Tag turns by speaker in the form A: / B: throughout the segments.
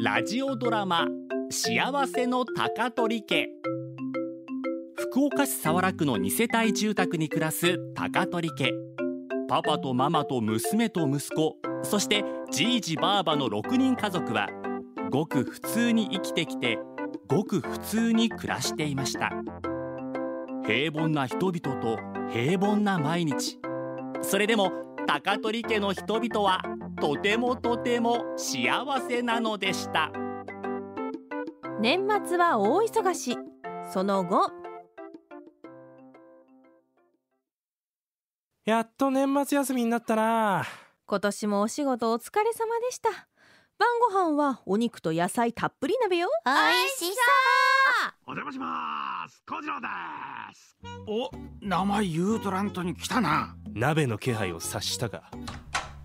A: ラジオドラマ「幸せの高取家」福岡市早良区の2世帯住宅に暮らす高取家パパとママと娘と息子そしてじいじばあばの6人家族はごく普通に生きてきてごく普通に暮らしていました平凡な人々と平凡な毎日それでも高取家の人々はとてもとても幸せなのでした
B: 年末は大忙しその後
C: やっと年末休みになったな
B: 今年もお仕事お疲れ様でした晩ご飯はお肉と野菜たっぷり鍋よ
D: 美味しそ
E: お邪魔します小次郎ですお、名前ユートラントに来たな
C: 鍋の気配を察したが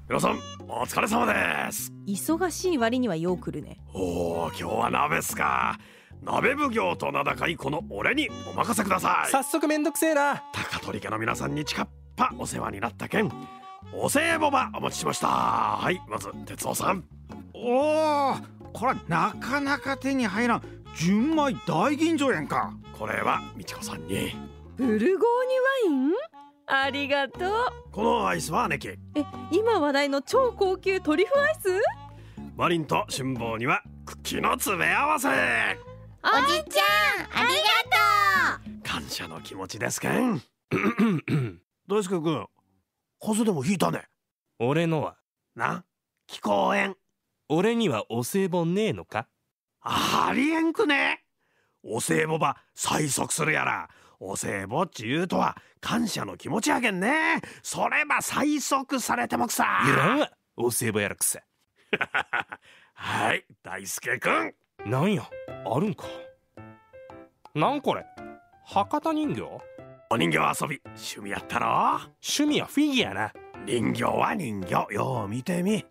E: 皆さん、お疲れ様です
B: 忙しい割にはよう来るね
E: おー、今日は鍋っすか鍋奉行と名高いこの俺にお任せください
C: 早速めんどくせえな
E: 高取家の皆さんにちかっぱお世話になった件お歳暮ばお持ちしましたはい、まず哲夫さん
F: おおこれなかなか手に入らん純米大吟醸やんか
E: これは美智子さんに
B: ブルゴーニュワインありがとう
E: このアイスは姉貴
B: え今話題の超高級トリュフアイス
E: マリンと辛抱にはクッキーの詰め合わせ
D: うおじちゃんありがと
E: 感謝の気持ちですけん
F: 大輔君風邪でもひいたね
C: 俺のは
E: な気候園
C: 俺にはお歳暮ねえのか
E: ありえんくねお歳暮ば催促するやらお歳暮っちゅうとは感謝の気持ちやけんねそれば催促されてもくさ
C: いらんわお歳暮やらくせ
E: はい大輔くん
C: なんやあるんかなんこれ博多人形
E: お人形遊び趣味やったろ
C: 趣味はフィギュアな
E: 人形は人形よう見てみ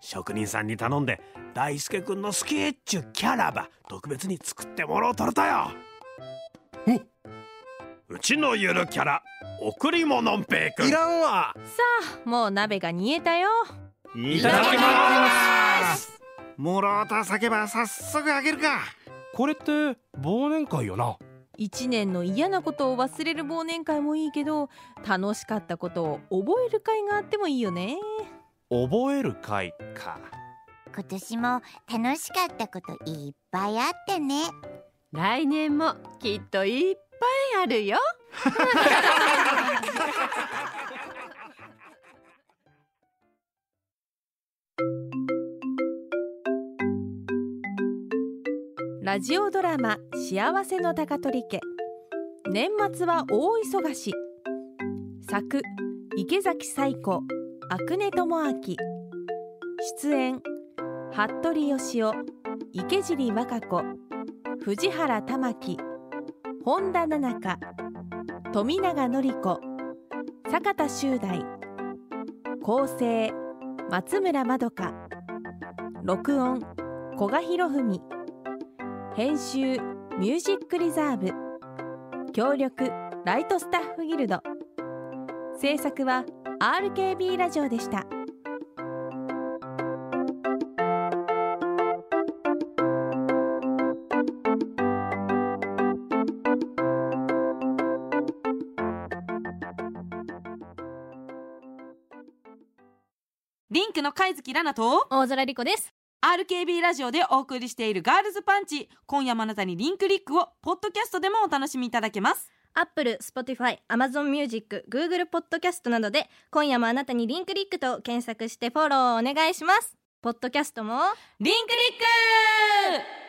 E: 職人さんに頼んで大輔くんの好きっちゅうキャラば特別に作ってもろうとるとようちのゆるキャラ贈り物んぺいくん
C: いらんわ
B: もう鍋が煮えたよ
F: い
C: ただきます
F: もらうた酒ば早速あげるか
C: これって忘年会よな
B: 一年の嫌なことを忘れる忘年会もいいけど楽しかったことを覚える会があってもいいよね
C: 覚える会か
D: う今年も楽しかったこといっぱいあってね
G: 来年もきっといっぱいあるよ
B: ラジオドラマ幸せの高取家年末は大忙し作池崎彩子阿久根智明出演服部義雄池尻和歌子藤原玉樹本田七香富永典子坂田修大構成松村まどか録音古賀博文編集ミュージックリザーブ協力ライトスタッフギルド制作は RKB ラジオでした。
H: リンクの貝月ラナと
I: 大空莉子です
H: RKB ラジオでお送りしているガールズパンチ今夜もあなたにリンクリックをポッドキャストでもお楽しみいただけます
I: アップル、スポティファイ、アマゾンミュージック、グーグルポッドキャストなどで今夜もあなたにリンクリックと検索してフォローお願いしますポッドキャストも
H: リンクリック